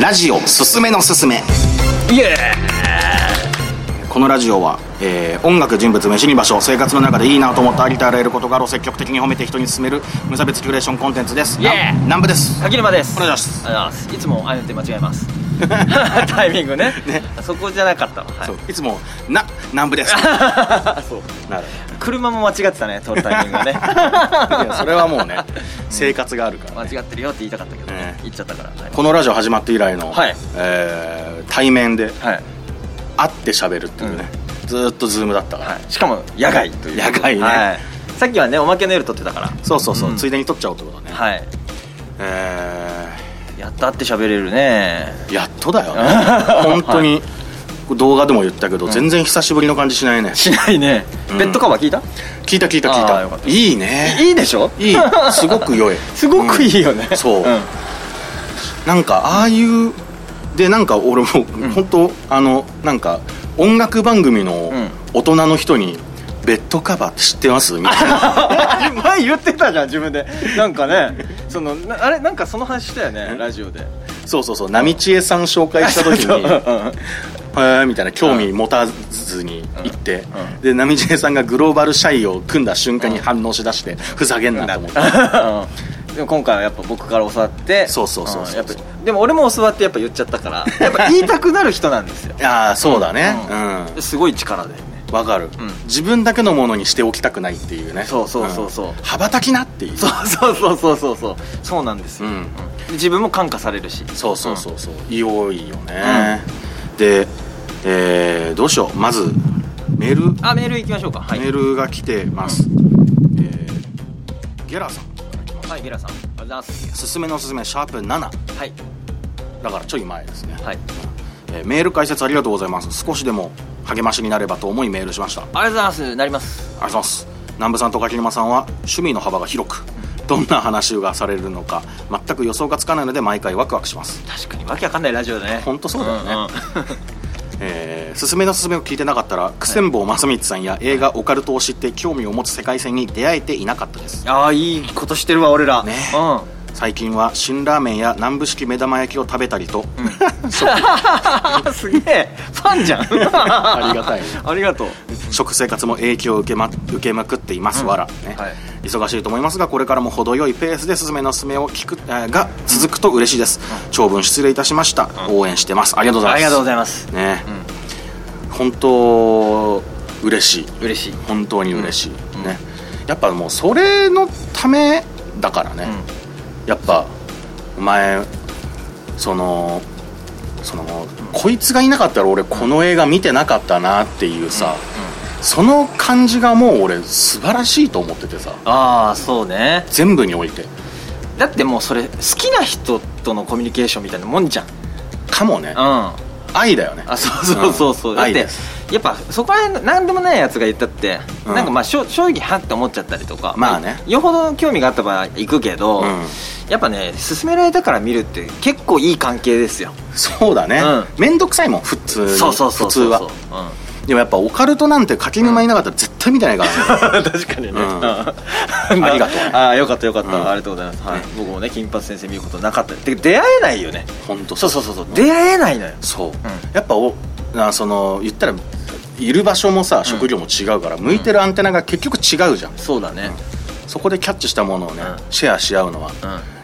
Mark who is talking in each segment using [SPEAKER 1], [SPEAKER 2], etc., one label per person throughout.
[SPEAKER 1] ラジオすすめのすすめ
[SPEAKER 2] イエ
[SPEAKER 1] このラジオは、えー音楽人物飯に場所生活の中でいいなと思ったありとあらゆる事柄を積極的に褒めて人に勧める無差別キュレーションコンテンツです
[SPEAKER 2] イエー
[SPEAKER 1] な南部です
[SPEAKER 2] ー柿沼です
[SPEAKER 1] お願いします
[SPEAKER 2] ありがとうございますいつもああいうのって間違えます タイミングねそこじゃなかったわ、はい
[SPEAKER 1] そういつもな南部 です
[SPEAKER 2] そう
[SPEAKER 1] なる
[SPEAKER 2] 車も間違ってたね撮るタイミング がね
[SPEAKER 1] いやそれはもうね生活があるから、ね、
[SPEAKER 2] 間違ってるよって言いたかったけどね
[SPEAKER 1] ね
[SPEAKER 2] 言っちゃったからはい
[SPEAKER 1] このラジオ始まって以来の、
[SPEAKER 2] はい
[SPEAKER 1] えー対面で
[SPEAKER 2] はい、
[SPEAKER 1] 会って喋るっていうね、ずーっとズームだったから、
[SPEAKER 2] はい、しかも野外という
[SPEAKER 1] 野外ね
[SPEAKER 2] はい、さっきはねおまけの夜撮ってたから
[SPEAKER 1] そうそうそう、
[SPEAKER 2] うん
[SPEAKER 1] ついでに撮っちゃおうってことだね、
[SPEAKER 2] はい
[SPEAKER 1] え
[SPEAKER 2] やったって喋れるね
[SPEAKER 1] ーやっとだよ ね本当に、動画でも言ったけど、全然久しぶりの感じしないね
[SPEAKER 2] しないね、
[SPEAKER 1] うん
[SPEAKER 2] ベッドカバー聞いた
[SPEAKER 1] 聞いた聞いた聞い
[SPEAKER 2] あーよか
[SPEAKER 1] た
[SPEAKER 2] った
[SPEAKER 1] いいね
[SPEAKER 2] いいでしょ
[SPEAKER 1] いいすごく良い
[SPEAKER 2] すごくいいよね、
[SPEAKER 1] うんそうなんかああいうでなんか俺も本当、あのなんか音楽番組の
[SPEAKER 2] ん
[SPEAKER 1] 大人の人に「ベッドカバーって知ってます?」みたい な
[SPEAKER 2] 前言ってたじゃん自分でなんかねそのなあれなんかその話したよねラジオで
[SPEAKER 1] そうそうそう波千恵さん紹介した時に
[SPEAKER 2] そううんうん
[SPEAKER 1] へえみたいな興味持たずに行って、
[SPEAKER 2] うんうん
[SPEAKER 1] で波千恵さんがグローバルシャイを組んだ瞬間に反応しだして、ふざけんなと思って、
[SPEAKER 2] うんでも今回はやっぱ僕から教わって
[SPEAKER 1] そうそうそうそうん
[SPEAKER 2] やっぱでも俺も教わってやっぱ言っちゃったからやっぱ言いたくなる人なんですよ
[SPEAKER 1] ああそうだね
[SPEAKER 2] う
[SPEAKER 1] うんんわ、
[SPEAKER 2] すごい力だよね
[SPEAKER 1] かる、
[SPEAKER 2] うん
[SPEAKER 1] 自分だけのものにしておきたくないっていうね
[SPEAKER 2] そうそうそうそうん
[SPEAKER 1] 羽ばたきなっていう
[SPEAKER 2] そうそうそうそうそうそうそうなんですよ、
[SPEAKER 1] うん
[SPEAKER 2] で自分も感化されるし
[SPEAKER 1] そうそうそうそう良いよね、で、えーどうしようまずメール、
[SPEAKER 2] あメール行きましょうかはい
[SPEAKER 1] メールが来てます、えーゲラさんから来まし
[SPEAKER 2] はいゲラさんありがとうございます
[SPEAKER 1] たすすめのすすめシャープ7
[SPEAKER 2] はい
[SPEAKER 1] だからちょい前ですね、
[SPEAKER 2] はい
[SPEAKER 1] えーメール解説ありがとうございます少しでも励ましになればと思いメールしましたあり
[SPEAKER 2] ありがとうございますなりま
[SPEAKER 1] がと
[SPEAKER 2] す
[SPEAKER 1] うございます南部さんと柿沼さんは趣味の幅が広くどんな話がされるのか全く予想がつかないので毎回ワクワクします
[SPEAKER 2] 確かにわけわかんないラジオだね
[SPEAKER 1] ほんとそうだよね
[SPEAKER 2] んん
[SPEAKER 1] えー、すすめのすすめを聞いてなかったら久千坊正光さんや映画「オカルト」を知って興味を持つ世界線に出会えていなかったです
[SPEAKER 2] ああいいことしてるわ俺ら
[SPEAKER 1] ね
[SPEAKER 2] う
[SPEAKER 1] 最近は辛ラーメンや南部式目玉焼きを食べたりと、
[SPEAKER 2] んすげえファン じゃん
[SPEAKER 1] ありがたいね
[SPEAKER 2] ありがとう
[SPEAKER 1] 食生活も影響を受けま受けまくっています、わら、ね
[SPEAKER 2] はい
[SPEAKER 1] 忙しいと思いますがこれからも程よいペースで「すすめのすすめ」を聞く、えーが続くと嬉しいです、長文失礼いたしました、応援してますありがとうございます
[SPEAKER 2] ありがとうございます
[SPEAKER 1] ね、本当嬉しい
[SPEAKER 2] 嬉しい
[SPEAKER 1] 本当に嬉しい、ねやっぱもうそれのためだからね、やっぱお前そのそのこいつがいなかったら俺この映画見てなかったなっていうさ、その感じがもう俺素晴らしいと思っててさ
[SPEAKER 2] ああそうね
[SPEAKER 1] 全部において
[SPEAKER 2] だってもうそれ好きな人とのコミュニケーションみたいなもんじゃんうん
[SPEAKER 1] かもね
[SPEAKER 2] あ
[SPEAKER 1] 愛だよね
[SPEAKER 2] そうそうそうそう、
[SPEAKER 1] ん
[SPEAKER 2] だっ
[SPEAKER 1] 愛
[SPEAKER 2] て
[SPEAKER 1] です
[SPEAKER 2] やっぱそこら辺何でもないやつが言ったって、
[SPEAKER 1] うん
[SPEAKER 2] なんかまあしょ正直はって思っちゃったりとか
[SPEAKER 1] まあね
[SPEAKER 2] よほど興味があった場合行くけど、
[SPEAKER 1] うん
[SPEAKER 2] やっぱね勧められたから見るって結構いい関係ですよ
[SPEAKER 1] そうだね
[SPEAKER 2] うん
[SPEAKER 1] 面倒、くさいもん普通に
[SPEAKER 2] そうそうそうそう
[SPEAKER 1] 普通はでもやっぱオカルトなんて柿沼いなかったら絶対見てないからね、
[SPEAKER 2] うん、 確かにね、
[SPEAKER 1] うん
[SPEAKER 2] あ
[SPEAKER 1] りがとう
[SPEAKER 2] ああよかったよかった、
[SPEAKER 1] うん
[SPEAKER 2] ありがとうございます、はい
[SPEAKER 1] ね、
[SPEAKER 2] 僕もね金髪先生見ることなかったてか出会えないよね
[SPEAKER 1] ほんと
[SPEAKER 2] そうそうそうそう出会えないのよ
[SPEAKER 1] そう、やっぱおなその言ったらいる場所もさ食料も違うから、向いてるアンテナが結局違うじゃん
[SPEAKER 2] そうだね
[SPEAKER 1] そこでキャッチしたものをね、
[SPEAKER 2] う
[SPEAKER 1] シェアし合うのは、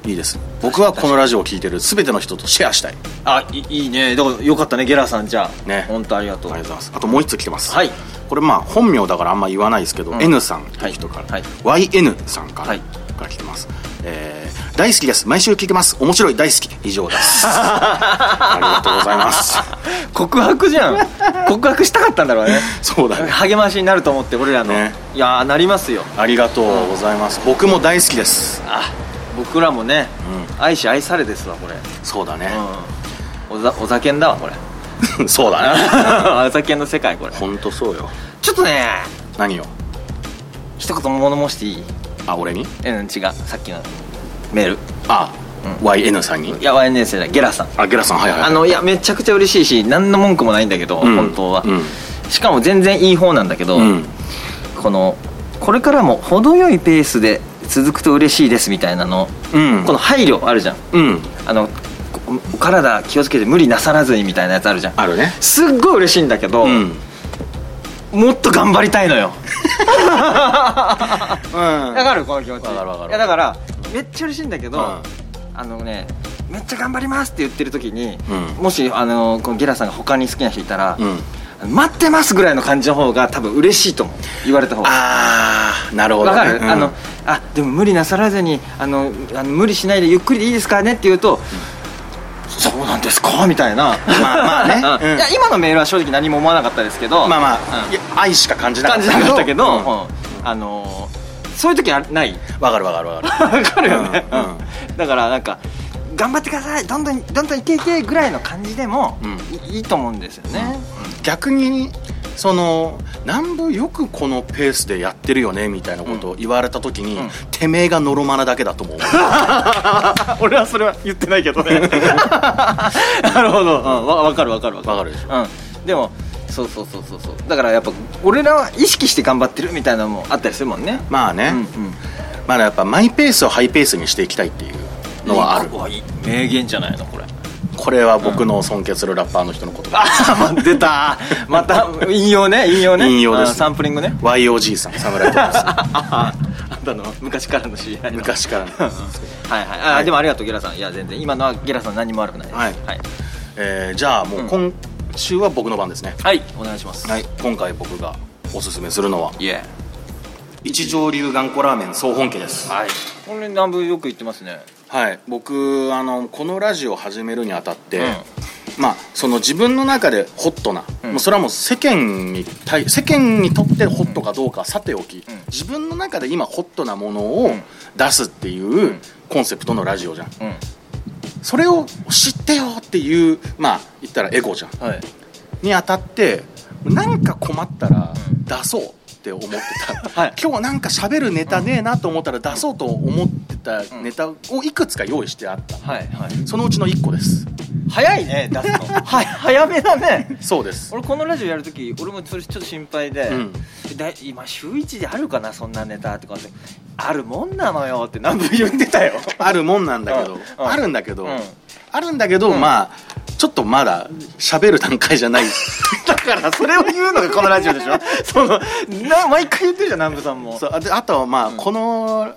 [SPEAKER 1] いいです僕はこのラジオを聴いてる全ての人とシェアしたいありが
[SPEAKER 2] あいいいねだからよかったねゲラさんじゃあ
[SPEAKER 1] ね
[SPEAKER 2] 本当ありがとう
[SPEAKER 1] とうございますあともう一つ来てます、
[SPEAKER 2] はい
[SPEAKER 1] これまあ本名だからあんま言わないですけど、
[SPEAKER 2] ん
[SPEAKER 1] N さんという人から、
[SPEAKER 2] はい
[SPEAKER 1] YN さんから,、
[SPEAKER 2] はい
[SPEAKER 1] から来てます、えー大好きです毎週聞いてます面白い大好き以上です ありがとうございます
[SPEAKER 2] 告白じゃ ん告白したかったんだろうね
[SPEAKER 1] そうだね
[SPEAKER 2] 励ましになると思って俺らの、
[SPEAKER 1] ね
[SPEAKER 2] いやーなりますよ
[SPEAKER 1] ありがとうございます僕も大好きです
[SPEAKER 2] あ僕らもね、愛し愛されですわこれ、
[SPEAKER 1] そうだね、
[SPEAKER 2] うん、おざお酒んだ わこれ
[SPEAKER 1] そうだね
[SPEAKER 2] お酒の世界これ
[SPEAKER 1] 本当そうよ
[SPEAKER 2] ちょっとね
[SPEAKER 1] 何よ
[SPEAKER 2] 一言物申していい
[SPEAKER 1] あ俺に
[SPEAKER 2] うん違うさっきのメール
[SPEAKER 1] あ、YN さんに
[SPEAKER 2] いや YN 生だゲラさん
[SPEAKER 1] あゲラさんはいはいはい
[SPEAKER 2] あのいやめちゃくちゃ嬉しいし何の文句もないんだけど、
[SPEAKER 1] うん
[SPEAKER 2] 本当は、
[SPEAKER 1] うん
[SPEAKER 2] しかも全然いい方なんだけど、
[SPEAKER 1] うん
[SPEAKER 2] このこれからも程よいペースで続くと嬉しいですみたいなの、
[SPEAKER 1] うん
[SPEAKER 2] この配慮あるじゃん
[SPEAKER 1] うん
[SPEAKER 2] あのこお体気をつけて無理なさらずにみたいなやつあるじゃん
[SPEAKER 1] あるね
[SPEAKER 2] すっごい嬉しいんだけど、
[SPEAKER 1] うん
[SPEAKER 2] もっと頑張りたいのよ
[SPEAKER 1] わ
[SPEAKER 2] わかるこの気持ち
[SPEAKER 1] わかるわかる
[SPEAKER 2] いやだからめっちゃ嬉しいんだけど、
[SPEAKER 1] うん
[SPEAKER 2] あのねめっちゃ頑張りますって言ってる時に、
[SPEAKER 1] うん
[SPEAKER 2] もしあのこのゲラさんが他に好きな人いたら、
[SPEAKER 1] うん
[SPEAKER 2] 待ってますぐらいの感じの方が多分嬉しいと思う言われた方が
[SPEAKER 1] ああなるほど
[SPEAKER 2] わ
[SPEAKER 1] ね
[SPEAKER 2] かる、
[SPEAKER 1] うん
[SPEAKER 2] あのあでも無理なさらずにあのあの無理しないでゆっくりでいいですからねって言うと、そうなんですかみたい
[SPEAKER 1] ま
[SPEAKER 2] な
[SPEAKER 1] あまあね
[SPEAKER 2] うん
[SPEAKER 1] うん
[SPEAKER 2] いや今のメールは正直何も思わなかったですけど
[SPEAKER 1] まあま
[SPEAKER 2] う
[SPEAKER 1] あ
[SPEAKER 2] ん
[SPEAKER 1] いや愛しか感じなか
[SPEAKER 2] 感
[SPEAKER 1] っ
[SPEAKER 2] じ
[SPEAKER 1] た
[SPEAKER 2] なかったけど、
[SPEAKER 1] うんわ
[SPEAKER 2] うんあのーそういう時はない
[SPEAKER 1] かるわかるわかる
[SPEAKER 2] わかるよね、
[SPEAKER 1] うん
[SPEAKER 2] うんだからなんか頑張ってくださいどんどんどんどんいけいけぐらいの感じでも、
[SPEAKER 1] うん
[SPEAKER 2] いいいと思うん ですよね、
[SPEAKER 1] 逆にそのなんぼよくこのペースでやってるよねみたいなことを言われた時に、
[SPEAKER 2] うん
[SPEAKER 1] てめえがのろまなだけだと思う
[SPEAKER 2] あ俺はそれは言ってないけどね なるほど、うん、わ分かる分かる分かる
[SPEAKER 1] わかるでしょ
[SPEAKER 2] うん、でもそうそうそうそうそうだからやっぱ俺らは意識して頑張ってるみたいなのもあったりするもんね
[SPEAKER 1] まあね、
[SPEAKER 2] うんうん
[SPEAKER 1] まあやっぱマイペースをハイペースにしていきたいっていうのはある
[SPEAKER 2] うわいい名言じゃないのこれ
[SPEAKER 1] これは僕の尊敬するラッパーの人の言葉、
[SPEAKER 2] あー出たまた引用ね引用ね
[SPEAKER 1] 引用です
[SPEAKER 2] あーサンプリングね
[SPEAKER 1] YOG さん侍とです
[SPEAKER 2] あんたの昔からの知り合い の
[SPEAKER 1] 昔からの
[SPEAKER 2] はいはいあー、
[SPEAKER 1] はい
[SPEAKER 2] でもありがとうゲラさんいや全然今のはゲラさん何も悪くないです
[SPEAKER 1] はい
[SPEAKER 2] はい、
[SPEAKER 1] えーじゃあもう今週は僕の番ですね、
[SPEAKER 2] はいお願いします
[SPEAKER 1] はい、今回僕がおすすめするのはい
[SPEAKER 2] え
[SPEAKER 1] 一条流頑固ラーメン総本家です
[SPEAKER 2] はいこれ南部よく言ってますね
[SPEAKER 1] はい僕あのこのラジオを始めるにあたって、
[SPEAKER 2] うん
[SPEAKER 1] まあその自分の中でホットな、
[SPEAKER 2] うん
[SPEAKER 1] もうそれはもう世間に対世間にとってホットかどうかはさておき、自分の中で今ホットなものを
[SPEAKER 2] ん
[SPEAKER 1] 出すっていうコンセプトのラジオじゃん
[SPEAKER 2] うん
[SPEAKER 1] それを知ってよっていうまあ言ったらエゴじゃん
[SPEAKER 2] はい
[SPEAKER 1] にあたってなんか困ったら出そうって思ってた、
[SPEAKER 2] はい
[SPEAKER 1] 今日なんか喋るネタねえなと思ったら出そうと思ってたネタをいくつか用意してあった
[SPEAKER 2] はいはい
[SPEAKER 1] そのうちの1個です
[SPEAKER 2] 早いね出す のは早めだね
[SPEAKER 1] そうです
[SPEAKER 2] 俺このラジオやるとき俺もそれちょっと心配で、
[SPEAKER 1] うん
[SPEAKER 2] だい今週1であるかなそんなネタとかってあるもんなのよって南部言って たよ
[SPEAKER 1] あるもんなんだけど
[SPEAKER 2] うんうん
[SPEAKER 1] あるんだけど、
[SPEAKER 2] うん
[SPEAKER 1] あるんだけど、
[SPEAKER 2] ん
[SPEAKER 1] まあちょっとまだ喋る段階じゃない
[SPEAKER 2] だからそれを言うのがこのラジオでしょ そのな毎回言ってるじゃん南部さんも
[SPEAKER 1] そうあであとはまあ、この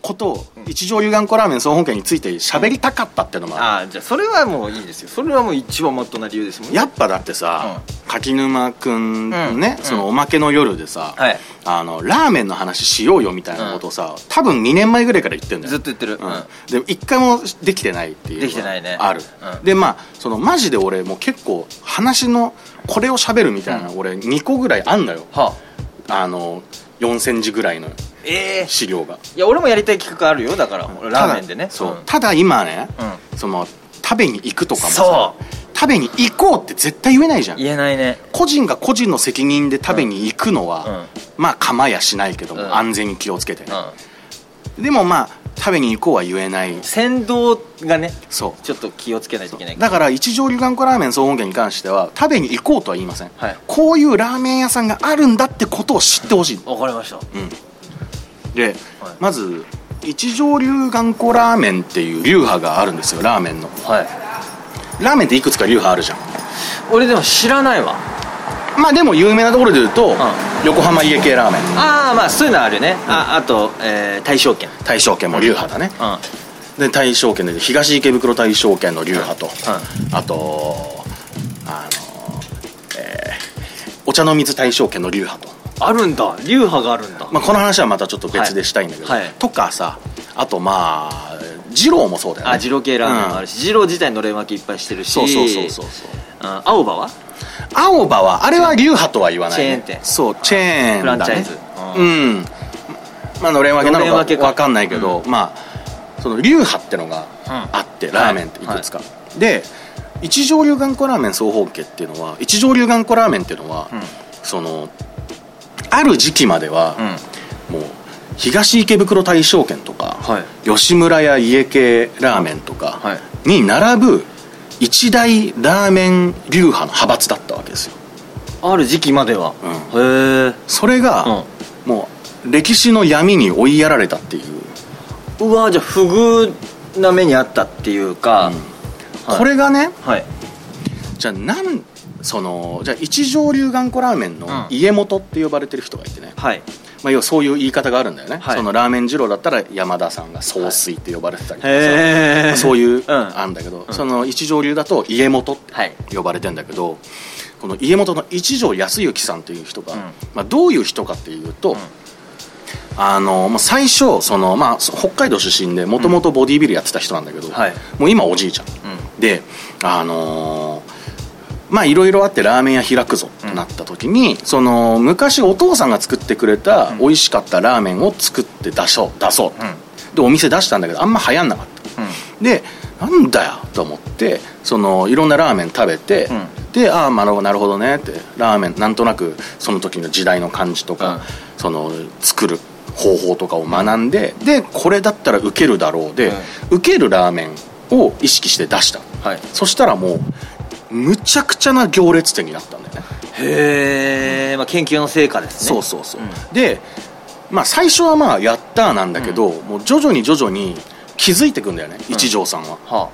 [SPEAKER 1] ことを一条湯眼湖ラーメン総本家について喋りたかったっていうのもある、
[SPEAKER 2] ああじゃあそれはもういいですよそれはもう一番まっとうな理由ですもんね
[SPEAKER 1] やっぱだってさ、柿沼くんね、
[SPEAKER 2] うん
[SPEAKER 1] そのおまけの夜でさ、
[SPEAKER 2] はい
[SPEAKER 1] あのラーメンの話しようよみたいなことをさ、多分2年前ぐらいから言ってるんだよ
[SPEAKER 2] ずっと言ってる、う
[SPEAKER 1] う
[SPEAKER 2] ん
[SPEAKER 1] ん、でも一回もできてないっていう
[SPEAKER 2] できてないね
[SPEAKER 1] ある、
[SPEAKER 2] うん
[SPEAKER 1] でまあそのマジで俺もう結構話のこれを喋るみたいな、俺2個ぐらいあんのよ
[SPEAKER 2] はあ
[SPEAKER 1] あの4センチぐらいの
[SPEAKER 2] ええ
[SPEAKER 1] 資料が
[SPEAKER 2] いや俺もやりたい企画あるよだからラーメン
[SPEAKER 1] た
[SPEAKER 2] でね
[SPEAKER 1] だそう、
[SPEAKER 2] ん
[SPEAKER 1] ただ今ね、
[SPEAKER 2] う
[SPEAKER 1] その食べに行くとかもさ
[SPEAKER 2] そ
[SPEAKER 1] 食べに行こうって絶対言えないじゃん
[SPEAKER 2] 言えないね
[SPEAKER 1] 個人が個人の責任で食べに行くのは、まあ構やしないけども、
[SPEAKER 2] うん
[SPEAKER 1] 安全に気をつけて
[SPEAKER 2] う
[SPEAKER 1] ね
[SPEAKER 2] ん、うん
[SPEAKER 1] でもまあ食べに行こうは言えない
[SPEAKER 2] 先導がね
[SPEAKER 1] そ
[SPEAKER 2] ちょっと気をつけないといけないう
[SPEAKER 1] だから一条流眼庫ラーメン総本家に関しては食べに行こうとは言いません、
[SPEAKER 2] はい
[SPEAKER 1] こういうラーメン屋さんがあるんだってことを知ってほしい
[SPEAKER 2] わかりました
[SPEAKER 1] で、
[SPEAKER 2] はい
[SPEAKER 1] まず一条流眼庫ラーメンっていう流派があるんですよラーメンの
[SPEAKER 2] はい
[SPEAKER 1] ラーメンっていくつか流派あるじゃん
[SPEAKER 2] 俺でも知らないわ
[SPEAKER 1] まあでも有名なところで言うと、横浜家系ラーメン
[SPEAKER 2] ああまあそういうのはあるよね、ああと、えー、大正圏
[SPEAKER 1] 大正圏も流派だね、
[SPEAKER 2] うん
[SPEAKER 1] で大正圏で東池袋大正圏の流派と、
[SPEAKER 2] う
[SPEAKER 1] あとあのえーお茶の水大正圏の流派と、
[SPEAKER 2] あるんだ流派があるんだ、
[SPEAKER 1] まあ、この話はまたちょっと別でしたいんだけど、
[SPEAKER 2] はいはい
[SPEAKER 1] とかさあとまあ二郎もそうだよね
[SPEAKER 2] あ二郎系ラーメンもある
[SPEAKER 1] し、
[SPEAKER 2] し二郎自体のれん分けいっぱいしてるし
[SPEAKER 1] うんそうそうそうそうそう
[SPEAKER 2] うん青葉は
[SPEAKER 1] 青葉はあれは流派とは言わない、ね、
[SPEAKER 2] チェーン店
[SPEAKER 1] そうチェーンだ、ね、
[SPEAKER 2] フランチャイズ
[SPEAKER 1] うんまあのれん分けなの
[SPEAKER 2] のれん分
[SPEAKER 1] か
[SPEAKER 2] けか
[SPEAKER 1] 分かんないけど、まあその流派ってのがあって、
[SPEAKER 2] うん
[SPEAKER 1] ラーメンっていくつか、で一条流頑固ラーメン総本家っていうのは一条流頑固ラーメンっていうのは、
[SPEAKER 2] ん
[SPEAKER 1] そのある時期までは、
[SPEAKER 2] ん
[SPEAKER 1] もう東池袋大正圏とか、
[SPEAKER 2] は
[SPEAKER 1] 吉村屋家系ラーメンと
[SPEAKER 2] は
[SPEAKER 1] かに並ぶ一大ラーメン流派の派閥だったわけですよ
[SPEAKER 2] ある時期までは、へえ
[SPEAKER 1] それが、もう歴史の闇に追いやられたっていう
[SPEAKER 2] うわじゃあ不遇な目にあったっていうか、はい
[SPEAKER 1] これがね
[SPEAKER 2] はい
[SPEAKER 1] じゃあなんそのじゃあ一条流頑固ラーメンの家元って呼ばれてる人がいてね、
[SPEAKER 2] はい
[SPEAKER 1] まあ、要はそういう言い方があるんだよね、
[SPEAKER 2] はい
[SPEAKER 1] そのラーメン二郎だったら山田さんが総帥って呼ばれてたりとかさ、
[SPEAKER 2] へ
[SPEAKER 1] ま
[SPEAKER 2] え
[SPEAKER 1] あそういう、
[SPEAKER 2] ん
[SPEAKER 1] あんだけど、その一条流だと家元って
[SPEAKER 2] はい
[SPEAKER 1] 呼ばれてんだけど、この家元の一条康之さんという人が、
[SPEAKER 2] うん
[SPEAKER 1] まあ、どういう人かっていうと、
[SPEAKER 2] ん
[SPEAKER 1] あのまあ最初その、まあ、そ北海道出身でもともとボディービルやってた人なんだけど、
[SPEAKER 2] はい
[SPEAKER 1] もう今おじいちゃん、であのーまあいろいろあってラーメン屋開くぞとなった時に、その昔お父さんが作ってくれた美味しかったラーメンを作って出そう出そう、でお店出したんだけどあんま流行んなかった
[SPEAKER 2] うん
[SPEAKER 1] でなんだよと思ってそのいろんなラーメン食べて、でああなるほどなるほどねってラーメンなんとなくその時の時代の感じとか、
[SPEAKER 2] うん
[SPEAKER 1] その作る方法とかを学んででこれだったらウケるだろうで、受けるラーメンを意識して出した
[SPEAKER 2] はい
[SPEAKER 1] そしたらもうむちゃくちゃな行列店になったんだよね
[SPEAKER 2] へえ、まあ、研究の成果ですね
[SPEAKER 1] そうそうそう、
[SPEAKER 2] うん
[SPEAKER 1] で、まあ、最初はまあやったーなんだけど、もう徐々に徐々に気づいてくんだよね、一条さんは
[SPEAKER 2] は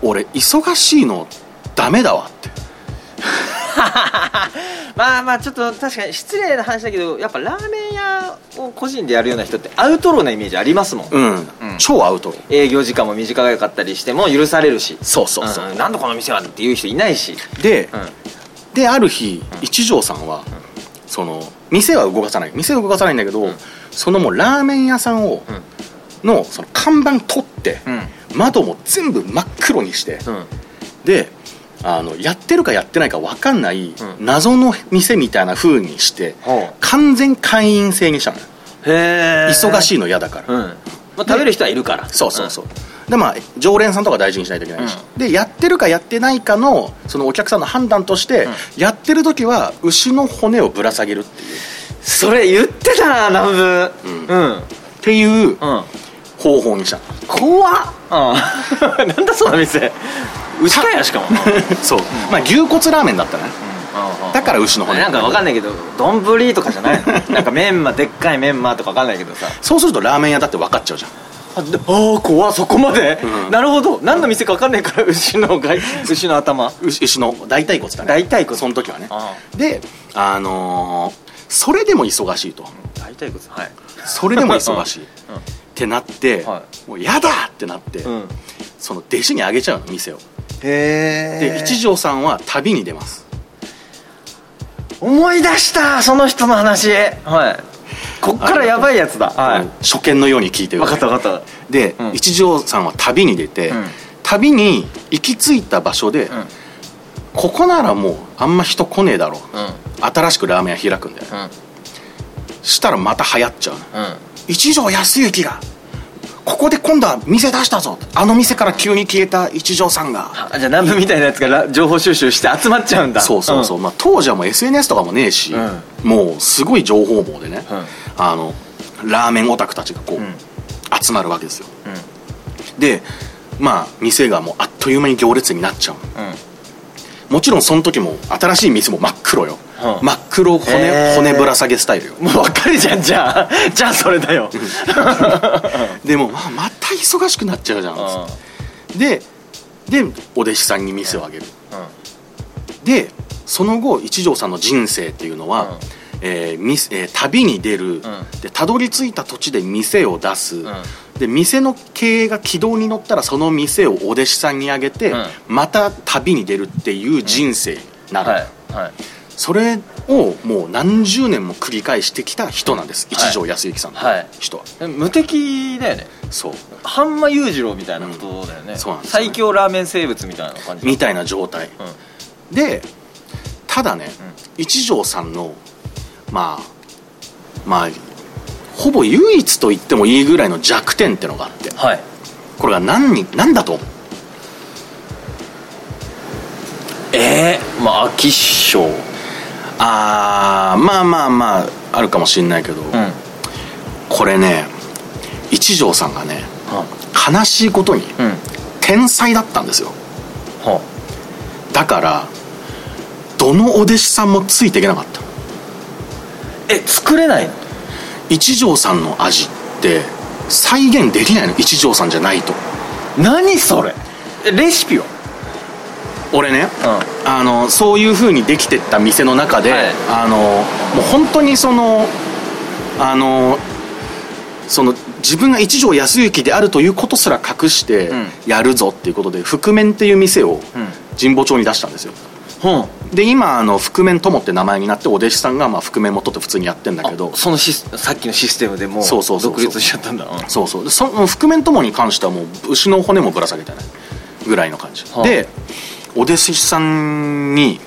[SPEAKER 1] 俺忙しいのダメだわって
[SPEAKER 2] あ、まあまあちょっと確かに失礼な話だけどやっぱラーメン屋を個人でやるような人ってアウトローなイメージありますもん、
[SPEAKER 1] うん、超アウトロ
[SPEAKER 2] 営業時間も短かったりしても許されるし
[SPEAKER 1] そうそうそうん
[SPEAKER 2] なんでこの店はっていう人いないし
[SPEAKER 1] で、
[SPEAKER 2] うん
[SPEAKER 1] である日一条さんは、その店は動かさない店は動かさないんだけど、そのもうラーメン屋さんを、のその看板取って、窓も全部真っ黒にして、
[SPEAKER 2] うんうん
[SPEAKER 1] であのやってるかやってないか分かんない、謎の店みたいな風にして、
[SPEAKER 2] ほう
[SPEAKER 1] 完全会員制にしたのよ
[SPEAKER 2] へえ
[SPEAKER 1] 忙し
[SPEAKER 2] い、
[SPEAKER 1] いの嫌だから、
[SPEAKER 2] うんまあ、食べる人はいるから
[SPEAKER 1] そうそうそう、でまあ常連さんとか大事にしないといけないし、でやってるかやってないかのそのお客さんの判断として、やってる時は牛の骨をぶら下げるっていう
[SPEAKER 2] うんそれ言ってたなラブうんうん、
[SPEAKER 1] っていう
[SPEAKER 2] うん、
[SPEAKER 1] 方法にしたの
[SPEAKER 2] 怖っ、うん、 なんだその店牛かやしか も
[SPEAKER 1] そう、 まあ牛骨ラーメンだったね、だから牛の骨
[SPEAKER 2] なんかわかんないけど丼とかじゃ ないのなんかメンマでっかいメンマとかわかんないけどさ
[SPEAKER 1] そうするとラーメン屋だって分かっちゃうじゃん
[SPEAKER 2] あであー怖っそこまで、
[SPEAKER 1] うん
[SPEAKER 2] なるほど何の店かわかんないから牛のが牛の頭
[SPEAKER 1] 牛牛の大腿骨だね
[SPEAKER 2] 大腿骨
[SPEAKER 1] その時はね
[SPEAKER 2] あ
[SPEAKER 1] であのーそれでも忙しいと
[SPEAKER 2] 大腿骨はい
[SPEAKER 1] それでも忙 しい、ってなって、
[SPEAKER 2] は
[SPEAKER 1] もうやだってなって、
[SPEAKER 2] うん
[SPEAKER 1] その弟子にあげちゃうの店を
[SPEAKER 2] へ
[SPEAKER 1] で一条さんは旅に出ます
[SPEAKER 2] 思い出したその人の話はいこっからやばいやつだは
[SPEAKER 1] うん初見のように聞いてる
[SPEAKER 2] 分かった分かっ
[SPEAKER 1] で、
[SPEAKER 2] うん
[SPEAKER 1] 一条さんは旅に出て、
[SPEAKER 2] うん
[SPEAKER 1] 旅に行き着いた場所で、
[SPEAKER 2] ん
[SPEAKER 1] ここならもうあんま人来ねえだろう、
[SPEAKER 2] た
[SPEAKER 1] 新しくラーメン屋開くんだよ
[SPEAKER 2] うん
[SPEAKER 1] したらまた流行っちゃうの
[SPEAKER 2] うんうん
[SPEAKER 1] 一条康之がここで今度は店出したぞあの店から急に消えた一条さんが
[SPEAKER 2] あじゃあ南部みたいなやつがら情報収集して集まっちゃうんだ
[SPEAKER 1] そうそうそう、まあ、当時はもう SNS とかもねえし、
[SPEAKER 2] うん
[SPEAKER 1] もうすごい情報網でね、
[SPEAKER 2] うん
[SPEAKER 1] あのラーメンオタクたちがこう、
[SPEAKER 2] ん
[SPEAKER 1] 集まるわけですよ、でまあ店がもうあっという間に行列になっちゃう
[SPEAKER 2] うん、うん
[SPEAKER 1] もちろんその時も新しい店も真っ黒よ、
[SPEAKER 2] うん
[SPEAKER 1] 真っ黒骨,、
[SPEAKER 2] へー
[SPEAKER 1] 骨ぶら下げスタイルよ
[SPEAKER 2] もう分かるじゃんじゃあじゃあそれだよ
[SPEAKER 1] でも、まあ、また忙しくなっちゃうじゃん、
[SPEAKER 2] うん
[SPEAKER 1] ででお弟子さんに店をあげる、でその後一条さんの人生っていうのは、えーみえー旅に出る、でたどり着いた土地で店を出す、で店の経営が軌道に乗ったらその店をお弟子さんにあげて、
[SPEAKER 2] うん
[SPEAKER 1] また旅に出るっていう人生なの、
[SPEAKER 2] はいはい
[SPEAKER 1] それをもう何十年も繰り返してきた人なんです、
[SPEAKER 2] い
[SPEAKER 1] 一条康之さんの
[SPEAKER 2] はい
[SPEAKER 1] 人は、
[SPEAKER 2] え無敵だよね
[SPEAKER 1] そう
[SPEAKER 2] 半間裕次郎みたいなことだよね、
[SPEAKER 1] んそうなんですよね
[SPEAKER 2] 最強ラーメン生物みたいな感じ
[SPEAKER 1] みたいな状態、でただね、一条さんのまあまあほぼ唯一と言ってもいいぐらいの弱点ってのがあって
[SPEAKER 2] はい
[SPEAKER 1] これが何に何だと思う
[SPEAKER 2] えー、まあ飽きっしょう
[SPEAKER 1] あーまあまあまああるかもしれないけど、
[SPEAKER 2] ん
[SPEAKER 1] これね一条さんがね悲しいことに
[SPEAKER 2] うん
[SPEAKER 1] 天才だったんですよ
[SPEAKER 2] は
[SPEAKER 1] だからどのお弟子さんもついていけなかった
[SPEAKER 2] え作れないの
[SPEAKER 1] 一条さんの味って再現できないの一条さんじゃないと
[SPEAKER 2] 何それえレシピは
[SPEAKER 1] 俺ね、
[SPEAKER 2] う
[SPEAKER 1] あのそういう風にできてった店の中で、
[SPEAKER 2] はい
[SPEAKER 1] あのもう本当にそのあのその自分が一条安行であるということすら隠して
[SPEAKER 2] うん
[SPEAKER 1] やるぞっていうことで、覆面っていう店を
[SPEAKER 2] うん
[SPEAKER 1] 神保町に出したんですよ
[SPEAKER 2] ほん
[SPEAKER 1] で今あの覆面友って名前になってお弟子さんがまあ覆面も取って普通にやってんだけど
[SPEAKER 2] あそのシスさっきのシステムでもう
[SPEAKER 1] そうそうそうそう
[SPEAKER 2] 独立しちゃったんだうん
[SPEAKER 1] そうそうでその覆面友に関してはもう牛の骨もぶら下げてないぐらいの感じ、
[SPEAKER 2] はあ
[SPEAKER 1] でお弟子さんに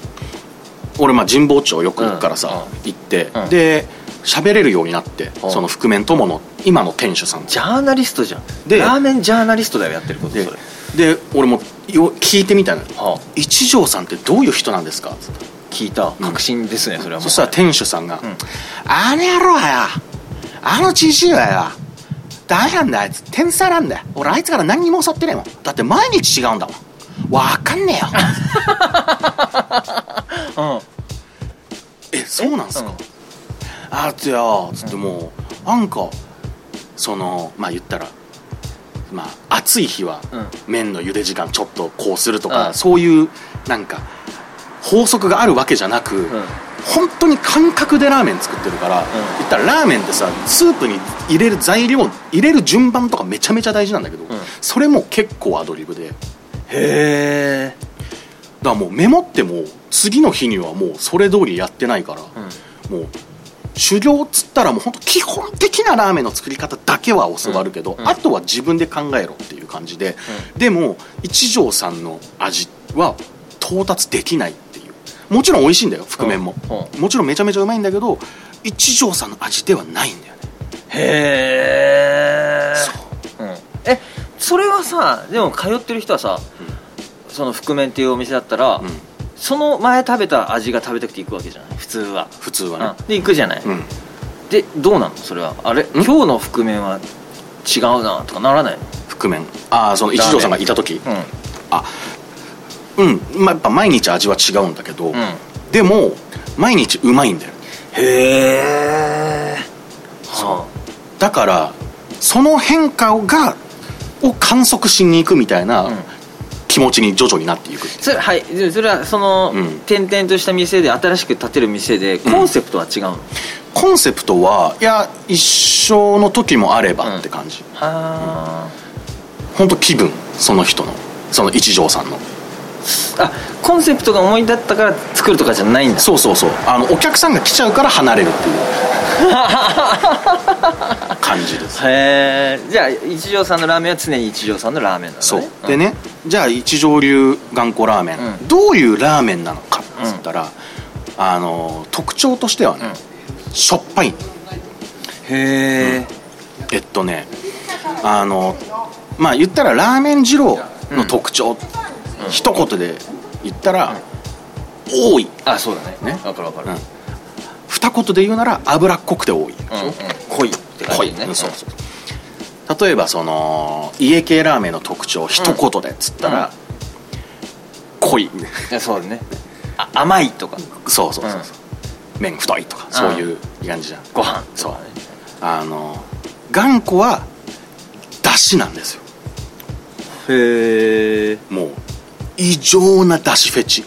[SPEAKER 1] 俺まあ神保町よく行くからさ、行って、
[SPEAKER 2] うん
[SPEAKER 1] で喋れるようになって、
[SPEAKER 2] はあ
[SPEAKER 1] その覆面友の今の店主さん
[SPEAKER 2] ジャーナリストじゃん
[SPEAKER 1] で
[SPEAKER 2] ラーメンジャーナリストだよやってること
[SPEAKER 1] で
[SPEAKER 2] それ
[SPEAKER 1] で俺もよ聞いてみたのよ
[SPEAKER 2] はあ
[SPEAKER 1] 一条さんってどういう人なんですか?」
[SPEAKER 2] 聞いた
[SPEAKER 1] ん
[SPEAKER 2] 確信ですねそれはもう
[SPEAKER 1] そしたら店主さんが「
[SPEAKER 2] ん
[SPEAKER 1] あの野郎はよあのじじいはよダメなんだあいつ天才なんだよ俺あいつから何にも教わってねえもんだって毎日違うんだもんわかんねえよ
[SPEAKER 2] うん
[SPEAKER 1] えそうなんす
[SPEAKER 2] う
[SPEAKER 1] か
[SPEAKER 2] ん
[SPEAKER 1] あつよつってもうなんかそのまあ言ったらまあ暑い日は
[SPEAKER 2] うん
[SPEAKER 1] 麺の茹で時間ちょっとこうするとか、
[SPEAKER 2] うん
[SPEAKER 1] そういうなんか法則があるわけじゃなく、
[SPEAKER 2] うん
[SPEAKER 1] 本当に感覚でラーメン作ってるから、言ったらラーメンってさスープに入れる材料入れる順番とかめちゃめちゃ大事なんだけど、
[SPEAKER 2] ん
[SPEAKER 1] それも結構アドリブでだか
[SPEAKER 2] へえ
[SPEAKER 1] らもうメモっても次の日にはもうそれ通りやってないから、もう修行っつったらもう本当基本的なラーメンの作り方だけは教わるけど、
[SPEAKER 2] うんうん
[SPEAKER 1] あとは自分で考えろっていう感じで、でも一条さんの味は到達できないっていうもちろん美味しいんだよ覆面も、
[SPEAKER 2] う
[SPEAKER 1] もちろんめちゃめちゃうまいんだけど一条さんの味ではないんだよね
[SPEAKER 2] へえ、
[SPEAKER 1] そう
[SPEAKER 2] ん、えそれはさでも通ってる人はさ、その覆面っていうお店だったら、
[SPEAKER 1] うん
[SPEAKER 2] その前食べた味が食べたくて行くわけじゃない普通は、
[SPEAKER 1] 普通はね
[SPEAKER 2] うんで行くじゃない、
[SPEAKER 1] うん
[SPEAKER 2] でどうなのそれはあれ今日の覆面は違うなとかならないの
[SPEAKER 1] 覆面ああその一条さんがいた時
[SPEAKER 2] うん
[SPEAKER 1] あうん、まあ、やっぱ毎日味は違うんだけど、
[SPEAKER 2] うん
[SPEAKER 1] でも毎日うまいんだよ
[SPEAKER 2] へえは
[SPEAKER 1] だからその変化をがを観測しに行くみたいな
[SPEAKER 2] あ、うん
[SPEAKER 1] 気持ちに徐々になっていく
[SPEAKER 2] それはいでそれはその、
[SPEAKER 1] うん
[SPEAKER 2] 転々とした店で新しく建てる店でコンセプトは違うの、
[SPEAKER 1] コンセプトはいや一生の時もあればって感じ、
[SPEAKER 2] あ
[SPEAKER 1] 本当気分その人のその一条さんの
[SPEAKER 2] ーあコンセプトが思い立ったから作るとかじゃないんだ
[SPEAKER 1] そうそうそうあのお客さんが来ちゃうから離れるっ ていう感じです
[SPEAKER 2] へえじゃあ一条さんのラーメンは常に一条さんのラーメンなのね
[SPEAKER 1] そう、
[SPEAKER 2] ん
[SPEAKER 1] でねじゃあ一条流頑固ラーメン、
[SPEAKER 2] うん
[SPEAKER 1] どういうラーメンなのかっつったら、あの特徴としてはね、しょっぱい
[SPEAKER 2] へえ
[SPEAKER 1] えっとねあのまあ言ったらラーメン二郎の特徴、一言で言ったら、多い、
[SPEAKER 2] あそうだね
[SPEAKER 1] ね
[SPEAKER 2] 分かる分かる
[SPEAKER 1] うん二言で言うなら脂っこくて多い、
[SPEAKER 2] うんうん濃いって感
[SPEAKER 1] 濃い
[SPEAKER 2] じね
[SPEAKER 1] うんそうそう例えばその家系ラーメンの特徴一言でっつったら、濃い
[SPEAKER 2] いやそうだねあ甘いとか
[SPEAKER 1] そうそうそうそう、麺太いとかそういう感じじゃん、
[SPEAKER 2] ご飯
[SPEAKER 1] そうあの頑固はだしなんですよ
[SPEAKER 2] へえ
[SPEAKER 1] もう異常なだしフェチ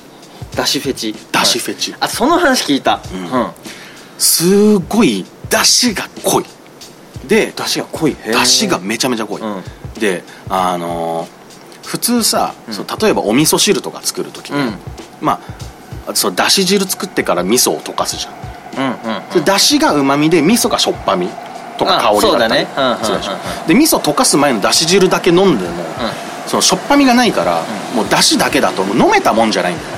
[SPEAKER 2] だしフェチ
[SPEAKER 1] だしフェチ
[SPEAKER 2] あその話聞いたうんん
[SPEAKER 1] すごいだしが濃いで
[SPEAKER 2] だしが濃い
[SPEAKER 1] だしがめちゃめちゃ濃い、
[SPEAKER 2] うん
[SPEAKER 1] であのー普通さ、
[SPEAKER 2] ん
[SPEAKER 1] そう例えばお味噌汁とか作る時に、
[SPEAKER 2] うん
[SPEAKER 1] まあそうだし汁作ってから味噌を溶かすじゃん、
[SPEAKER 2] うんうん
[SPEAKER 1] でだしがうまみで味噌がしょっぱみとか香
[SPEAKER 2] あ
[SPEAKER 1] りだったり
[SPEAKER 2] そうだねうん
[SPEAKER 1] するでしょ
[SPEAKER 2] うんうんう
[SPEAKER 1] で味噌溶かす前のだし汁だけ飲んでも、そのしょっぱみがないから、もうだしだけだともう飲めたもんじゃないんだよ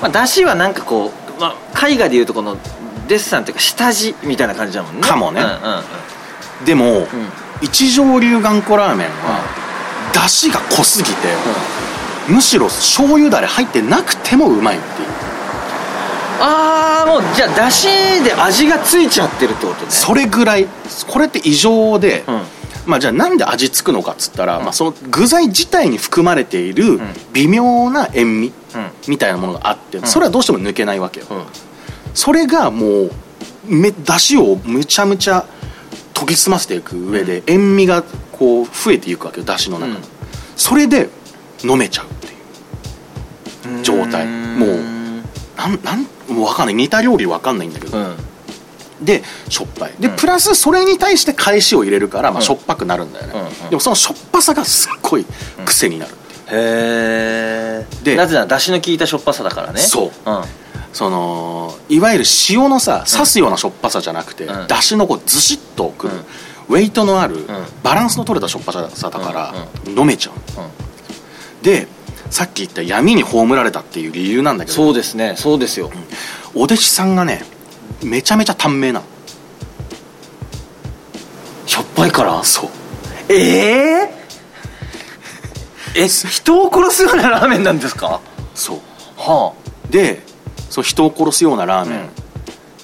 [SPEAKER 2] まあだしはなんかこうまあ絵画でいうとこのデッサンっていうか下地みたいな感じだもんね
[SPEAKER 1] かもね
[SPEAKER 2] うんうんうん
[SPEAKER 1] でも、
[SPEAKER 2] ん
[SPEAKER 1] 一条流頑固ラーメンは、だしが濃すぎて、むしろ醤油だれ入ってなくてもうまいっていう
[SPEAKER 2] ああもうじゃあだしで味がついちゃってるってことね
[SPEAKER 1] それぐらいこれって異常で、
[SPEAKER 2] うん
[SPEAKER 1] まあ、じゃあなんで味つくのかっつったら、まあ、その具材自体に含まれている
[SPEAKER 2] ん
[SPEAKER 1] 微妙な塩味
[SPEAKER 2] うん
[SPEAKER 1] みたいなものがあって、それはどうしても抜けないわけよ、
[SPEAKER 2] うん
[SPEAKER 1] それがもうめだしをむちゃむちゃ研ぎ澄ませていく上で、塩味がこう増えていくわけよだしの中の、
[SPEAKER 2] うん
[SPEAKER 1] それで飲めちゃうっていう状態もうなんなんもう分かんない似た料理分かんないんだけ
[SPEAKER 2] う
[SPEAKER 1] ど、
[SPEAKER 2] ん
[SPEAKER 1] でしょっぱいで、
[SPEAKER 2] うん
[SPEAKER 1] プラスそれに対して返しを入れるから、まあ、
[SPEAKER 2] うん
[SPEAKER 1] しょっぱくなるんだよね、
[SPEAKER 2] うんうん
[SPEAKER 1] でもそのしょっぱさがすっごい癖になる、
[SPEAKER 2] へえ
[SPEAKER 1] で
[SPEAKER 2] なぜなら出汁の効いたしょっぱさだからね
[SPEAKER 1] そう
[SPEAKER 2] うん
[SPEAKER 1] そのいわゆる塩のさ刺すようなしょっぱさじゃなくて、
[SPEAKER 2] うん
[SPEAKER 1] だしのこうずしっとくる、
[SPEAKER 2] うん
[SPEAKER 1] ウェイトのある、バランスの取れたしょっぱさだから、飲めちゃうでさっき言った闇に葬られたっていう理由なんだけど
[SPEAKER 2] そうですねそうですよ
[SPEAKER 1] お弟子さんがねめちゃめちゃ短命なの
[SPEAKER 2] しょっぱいから
[SPEAKER 1] そう
[SPEAKER 2] えええ人を殺すようなラーメンなんですか
[SPEAKER 1] そう
[SPEAKER 2] は
[SPEAKER 1] でそう人を殺すようなラーメン
[SPEAKER 2] うん
[SPEAKER 1] っ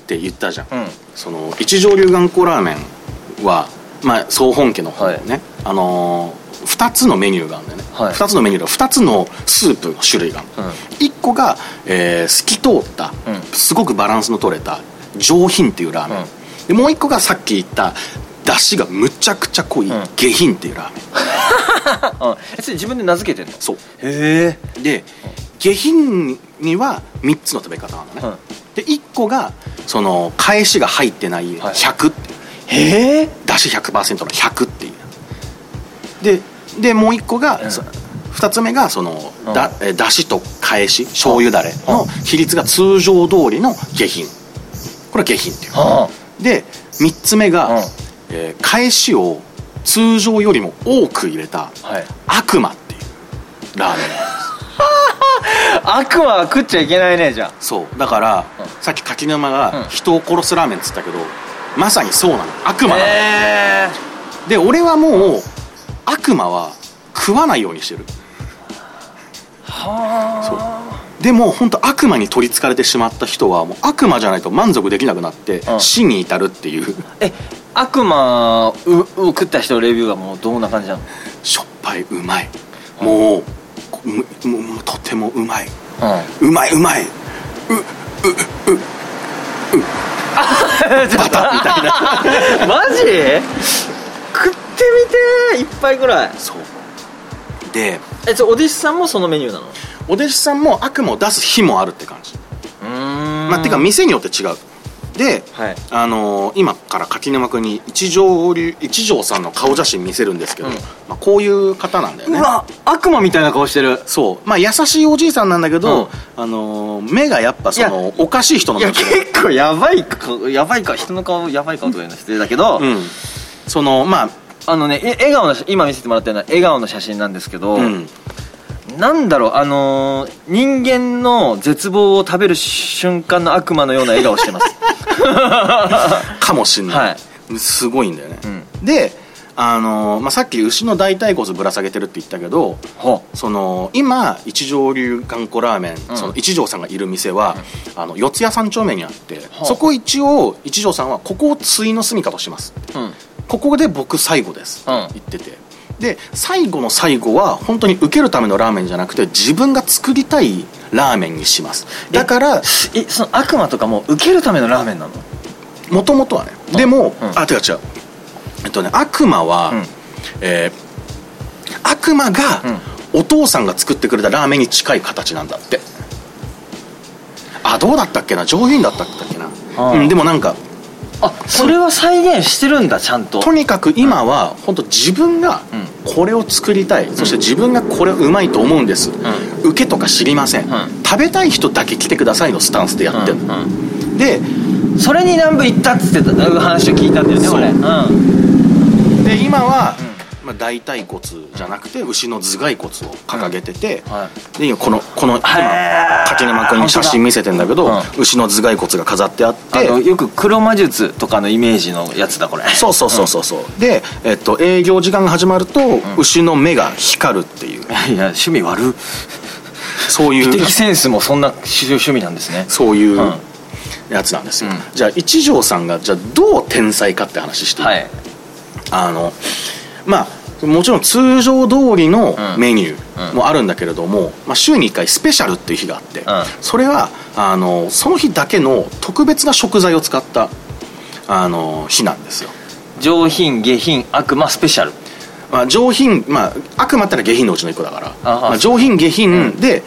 [SPEAKER 1] て言ったじゃん、
[SPEAKER 2] あうん
[SPEAKER 1] その一条流頑固ラーメンは、まあ、総本家の方ね、
[SPEAKER 2] は
[SPEAKER 1] あのー、2つのメニューがあるんだよね、二
[SPEAKER 2] はい
[SPEAKER 1] 2つのメニューが2つのスープの種類がある、
[SPEAKER 2] うん
[SPEAKER 1] 1個が、えー透き通った、
[SPEAKER 2] うん
[SPEAKER 1] すごくバランスの取れた上品っていうラーメン、
[SPEAKER 2] うん
[SPEAKER 1] でもう1個がさっき言った出汁がむちゃくちゃ濃い、
[SPEAKER 2] うん
[SPEAKER 1] 下品っていうラーメン
[SPEAKER 2] あえそれ自分で名付けてんの
[SPEAKER 1] そう
[SPEAKER 2] へ
[SPEAKER 1] で下品には3つの食べ方なのね、
[SPEAKER 2] うん
[SPEAKER 1] で1個がその返しが入ってない
[SPEAKER 2] はい
[SPEAKER 1] 100っていう、
[SPEAKER 2] えへえ
[SPEAKER 1] だし100%の100っていうででもう一個が、
[SPEAKER 2] うん
[SPEAKER 1] そ二つ目がその、
[SPEAKER 2] うん
[SPEAKER 1] だえだしと返し醤油だれの比率が通常通りの下品これは下品っていう
[SPEAKER 2] は
[SPEAKER 1] で三つ目が、
[SPEAKER 2] うん
[SPEAKER 1] えー返しを通常よりも多く入れた
[SPEAKER 2] あはい
[SPEAKER 1] 悪魔っていうラー メン
[SPEAKER 2] 悪魔は食っちゃいけないねじゃ
[SPEAKER 1] そうだから、
[SPEAKER 2] うん
[SPEAKER 1] さっき柿沼が
[SPEAKER 2] うん
[SPEAKER 1] 人を殺すラーメンっつったけど、まさにそうなの悪魔なの、
[SPEAKER 2] へえ
[SPEAKER 1] で俺はもう悪魔は食わないようにしてる
[SPEAKER 2] は
[SPEAKER 1] でも本当悪魔に取りつかれてしまった人はもう悪魔じゃないと満足できなくなって、
[SPEAKER 2] うん
[SPEAKER 1] 死に至るっていう
[SPEAKER 2] あえ悪魔をを食った人のレビューがもうどんな感じ なの
[SPEAKER 1] しょっぱいうまいもうこむむむとてもうまい
[SPEAKER 2] うん
[SPEAKER 1] うまいうまい
[SPEAKER 2] バタみたい なマジ食ってみて一杯ぐらい
[SPEAKER 1] そうで
[SPEAKER 2] えそれお弟子さんもそのメニューなの
[SPEAKER 1] お弟子さんも悪魔を出す日もあるって感じ、
[SPEAKER 2] うーん
[SPEAKER 1] まあ、てか店によって違うで、
[SPEAKER 2] はい
[SPEAKER 1] あのー今から柿沼君に一条流一条さんの顔写真見せるんですけど、
[SPEAKER 2] うん
[SPEAKER 1] まあ、こういう方なんだよ
[SPEAKER 2] う
[SPEAKER 1] ね
[SPEAKER 2] わ悪魔みたいな顔してる
[SPEAKER 1] そうまあ優しいおじいさんなんだけど、
[SPEAKER 2] うん
[SPEAKER 1] あのー目がやっぱそ
[SPEAKER 2] い
[SPEAKER 1] のおかしい人の
[SPEAKER 2] いや
[SPEAKER 1] 目してる
[SPEAKER 2] 結構やばい顔やばい顔人の顔やばい顔とか言うの失礼だけど、
[SPEAKER 1] うんそのまあ
[SPEAKER 2] あのねえ笑顔の写今見せてもらってるのは笑顔の写真なんですけど、
[SPEAKER 1] うん
[SPEAKER 2] なんだろうあのー人間の絶望を食べる瞬間の悪魔のような笑顔してます
[SPEAKER 1] かもしんない、
[SPEAKER 2] は
[SPEAKER 1] すごいんだよね
[SPEAKER 2] う、ん
[SPEAKER 1] であのーまあ、さっき牛の大腿骨ぶら下げてるって言ったけど
[SPEAKER 2] ほう
[SPEAKER 1] その今一条流頑固ラーメン、
[SPEAKER 2] うん
[SPEAKER 1] その一条さんがいる店は、あの四谷三丁目にあって、
[SPEAKER 2] はあ
[SPEAKER 1] そこ一応一条さんはここを対の住みかとします
[SPEAKER 2] うん
[SPEAKER 1] ここで僕最後です、
[SPEAKER 2] うん
[SPEAKER 1] 言っててで最後の最後は本当に受けるためのラーメンじゃなくて自分が作りたいラーメンにしますだから
[SPEAKER 2] えその悪魔とかもう受けるためのラーメンなの
[SPEAKER 1] もともとはねでも、
[SPEAKER 2] うん
[SPEAKER 1] あ違う違うえっとね悪魔は、
[SPEAKER 2] うん
[SPEAKER 1] えー悪魔が、お父さんが作ってくれたラーメンに近い形なんだってあどうだったっけな上品だったっけな、
[SPEAKER 2] ああ
[SPEAKER 1] うん、でもなんか
[SPEAKER 2] あそれは再現してるんだちゃんと
[SPEAKER 1] とにかく今は本当自分がこれを作りたい、そして自分がこれうまいと思うんです、
[SPEAKER 2] う
[SPEAKER 1] 受けとか知りません、
[SPEAKER 2] ん
[SPEAKER 1] 食べたい人だけ来てくださいのスタンスでやってる、
[SPEAKER 2] うんうん
[SPEAKER 1] で
[SPEAKER 2] それに南部行ったっつってた話を聞いたんだよね
[SPEAKER 1] そう
[SPEAKER 2] 俺うん
[SPEAKER 1] で今は、まあ、大腿骨じゃなくて牛の頭蓋骨を掲げてて、
[SPEAKER 2] は
[SPEAKER 1] で今このこの今
[SPEAKER 2] へー
[SPEAKER 1] 柿沼君に写真見せてんだけど、
[SPEAKER 2] 本当だ
[SPEAKER 1] 牛の頭蓋骨が飾ってあって
[SPEAKER 2] あのよく黒魔術とかのイメージのやつだこれ
[SPEAKER 1] そうそうそうそうそう、で、えっと、営業時間が始まると、牛の目が光るっていう
[SPEAKER 2] いや趣味悪っ
[SPEAKER 1] そうい
[SPEAKER 2] 美
[SPEAKER 1] う
[SPEAKER 2] 的センスもそんな趣趣味なんですね
[SPEAKER 1] そういう
[SPEAKER 2] うん
[SPEAKER 1] やつなんですよ、
[SPEAKER 2] うん
[SPEAKER 1] じゃあ一条さんがじゃあどう天才かって話して、
[SPEAKER 2] はい
[SPEAKER 1] あのまあもちろん通常通りの
[SPEAKER 2] うん
[SPEAKER 1] メニューもあるんだけれども、まあ、週に1回スペシャルっていう日があって、
[SPEAKER 2] ん
[SPEAKER 1] それはあのその日だけの特別な食材を使ったあの日なんですよ、
[SPEAKER 2] 上品下品悪魔スペシャル
[SPEAKER 1] まあ、上品、まあ、あくまったら下品のうちの1個だから
[SPEAKER 2] あは
[SPEAKER 1] まあ、上品下品で、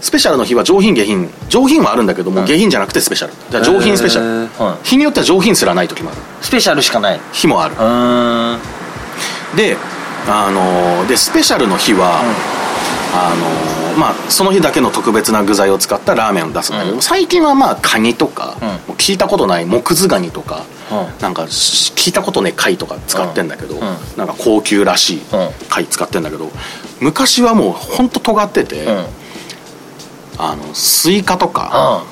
[SPEAKER 1] スペシャルの日は上品下品上品はあるんだけども、
[SPEAKER 2] うん
[SPEAKER 1] 下品じゃなくてスペシャルだから上品スペシ
[SPEAKER 2] へ
[SPEAKER 1] ャル
[SPEAKER 2] ーはい
[SPEAKER 1] 日によっては上品すらない時もある
[SPEAKER 2] スペシャルしかない。う
[SPEAKER 1] 日もある、
[SPEAKER 2] ーん。
[SPEAKER 1] であのーでスペシャルの日は、あのーまあ、その日だけの特別な具材を使ったラーメンを出すんだけど、
[SPEAKER 2] うん
[SPEAKER 1] 最近はまあカニとか、
[SPEAKER 2] うん
[SPEAKER 1] もう聞いたことない木津ガニとか、
[SPEAKER 2] うん
[SPEAKER 1] なんかし聞いたことねえ貝とか使ってんだけど、
[SPEAKER 2] うん
[SPEAKER 1] なんか高級らしい
[SPEAKER 2] うん
[SPEAKER 1] 貝使ってんだけど昔はもうほんと尖ってて、
[SPEAKER 2] うん。
[SPEAKER 1] あのスイカとか、
[SPEAKER 2] ああ